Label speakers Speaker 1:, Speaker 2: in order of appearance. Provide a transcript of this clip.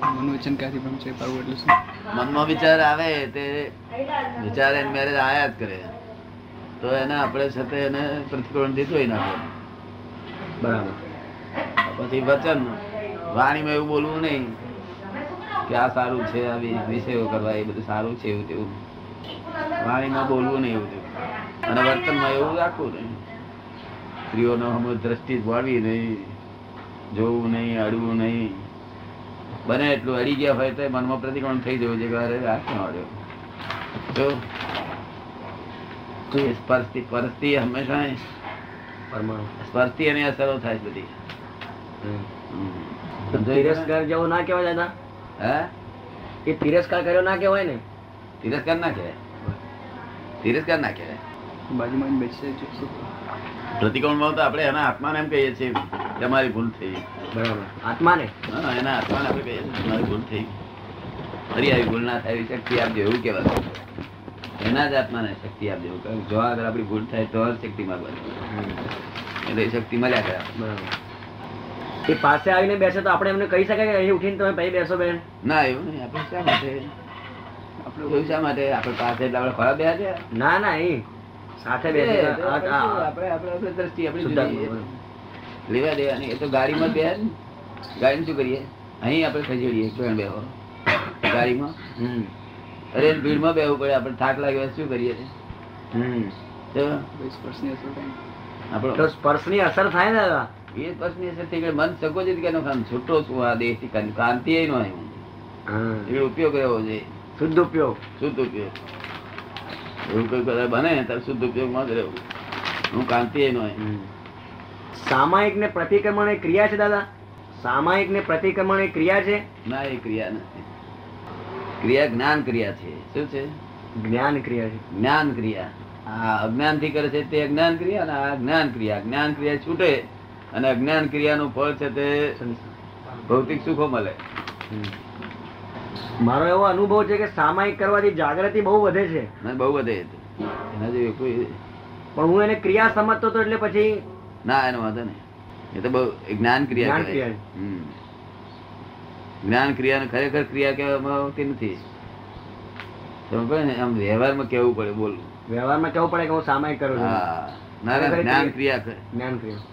Speaker 1: મનોવચન ક્યાંથી પણ છે પાડવું એટલે શું
Speaker 2: મનમાં વિચાર આવે તે વિચાર એન મેરેજ આયા જ કરે તો એને આપણે છે તે એને પ્રતિકોણથી જોઈ નાખો
Speaker 1: બરાબર
Speaker 2: પછી વચન વાણીમાં એવું બોલવું નહીં કે આ સારું છે આ વિ- વિષયો કરવા એ બધું સારું છે એવું તેવું વાણીમાં બોલવું નહીં એવું તેવું અને વર્તનમાં એવું રાખવું નહીં સ્ત્રીઓનો હમ દ્રષ્ટિ વાળવી નહીં જોવું નહીં અડવું નહીં બને એટલું અડી ગયા હોય તો મનમાં પ્રતિકોણ થઈ જવું છે કે અરે આ ક્યાં અડ્યો તો તો એ સ્પર્શથી પરસ્તી હંમેશા
Speaker 3: પરમાણુ
Speaker 2: સ્પર્શથી એની અસરો થાય છે બધી
Speaker 3: હમ. તો
Speaker 2: હમ.
Speaker 3: તિરસ્કાર જેવો ના કહેવાય દાદા
Speaker 2: હે?
Speaker 3: એ તિરસ્કાર કર્યો ના કહેવાય ને
Speaker 2: તિરસ્કાર ના કહેવાય તિરસ્કાર ના કહેવાય
Speaker 1: બાજુમાં જ બેસી જાય છે શું?
Speaker 2: પ્રતિકોણમાં તો આપણે એના આત્માને એમ કહીએ છીએ કે અમારી ભૂલ થઈ
Speaker 3: બરાબર આત્માને
Speaker 2: હા, એના આત્માને આપણે કહીએ છીએ અમારી ભૂલ થઈ ફરી આવી ભૂલ ના થાય એવી શક્તિ આપજો એવું કહેવાનું એના જ આત્માને શક્તિ આપજો કારણ કે જો આગળ આપણી ભૂલ થાય તો જ શક્તિ માગવાની એટલે એ શક્તિ મળ્યા કરે આપણને.
Speaker 3: બરાબર એ પાસે આવીને બેસે તો આપણે એમને કહી શકાય કે અહીં ઉઠીને તમે પછી બેસો બેન
Speaker 2: ના એવું નહીં આપણે શા માટે આપણે એવું શા માટે આપણે પાસે એટલે આપણે ખોરાક બેહ્યા છે
Speaker 3: ના ના અહીં સાથે બેસે
Speaker 2: એ,
Speaker 3: આ- આ- આ-
Speaker 2: આપણે આપણે આપણે દ્રષ્ટિ આપણી
Speaker 3: શુદ્ધાત્મા,
Speaker 2: જુદી. લેવા દેવાની એ તો ગાડીમાં બે ગાડીમાં શું કરીએ અહીં આપણે ખસેડીએ ત્રણ બેહો ગાડીમાં
Speaker 3: હમ.
Speaker 2: અરે ભીડમાં બેહવું પડે આપણે થાક લાગ્યો હોય શું કરીએ
Speaker 3: હમ.
Speaker 2: તો
Speaker 1: કોઈ સ્પર્શની અસર થાય ને.
Speaker 3: તો
Speaker 2: આપણો
Speaker 3: સ્પર્શની અસર થાય ને દાદા
Speaker 2: એ પ્રશ્ન એ છે કે મન સંકોચિત કે ખાન છૂટો છું આ દેશથી કાન- કાંતિ એનો અહીં હું.
Speaker 3: હમ.
Speaker 2: એનો ઉપયોગ એવો છે
Speaker 3: શુદ્ધ ઉપયોગ
Speaker 2: શુદ્ધ ઉપયોગ એવું કોઈ કદાચ બને ત્યારે શુદ્ધ ઉપયોગમાં જ રહેવું હું કાંતિ એનો અહીં.
Speaker 3: સામાયિક ને પ્રતિક્રમણ એ ક્રિયા છે દાદા સામાયિક ને પ્રતિક્રમણ એ ક્રિયા છે
Speaker 2: ના એ ક્રિયા નથી ક્રિયા જ્ઞાન ક્રિયા છે શું છે
Speaker 3: જ્ઞાન ક્રિયા છે
Speaker 2: જ્ઞાન ક્રિયા આ અજ્ઞાન થી કરે છે તે અજ્ઞાન ક્રિયા અને આ જ્ઞાન ક્રિયા જ્ઞાન ક્રિયા છૂટે અને અજ્ઞાન ક્રિયાનું ફળ છે તે ભૌતિક સુખો મળે
Speaker 3: હમ. મારો એવો અનુભવ છે કે સામાયિક કરવાથી જાગૃતિ બહુ વધે છે
Speaker 2: અને બહુ વધે છે. એના જેવી કોઈ
Speaker 3: પણ હું એને ક્રિયા સમજતો હતો એટલે પછી
Speaker 2: ના એનો વાંધો નહીં એ તો બહુ જ્ઞાન ક્રિયા
Speaker 3: જ્ઞાન
Speaker 2: કહેવાય.
Speaker 3: ક્રિયા.
Speaker 2: હમ. જ્ઞાન ક્રિયાને ખરેખર ક્રિયા કહેવામાં આવતી નથી તમે કહો ને આમ વ્યવહારમાં કહેવું પડે બોલવું
Speaker 3: વ્યવહારમાં કેવું પડે કે હું સામાયિક કરું છું
Speaker 2: હા ના ના,
Speaker 3: ખરેખર
Speaker 2: જ્ઞાન
Speaker 3: ક્રિયા.
Speaker 2: ક્રિયા કરે
Speaker 3: જ્ઞાન ક્રિયા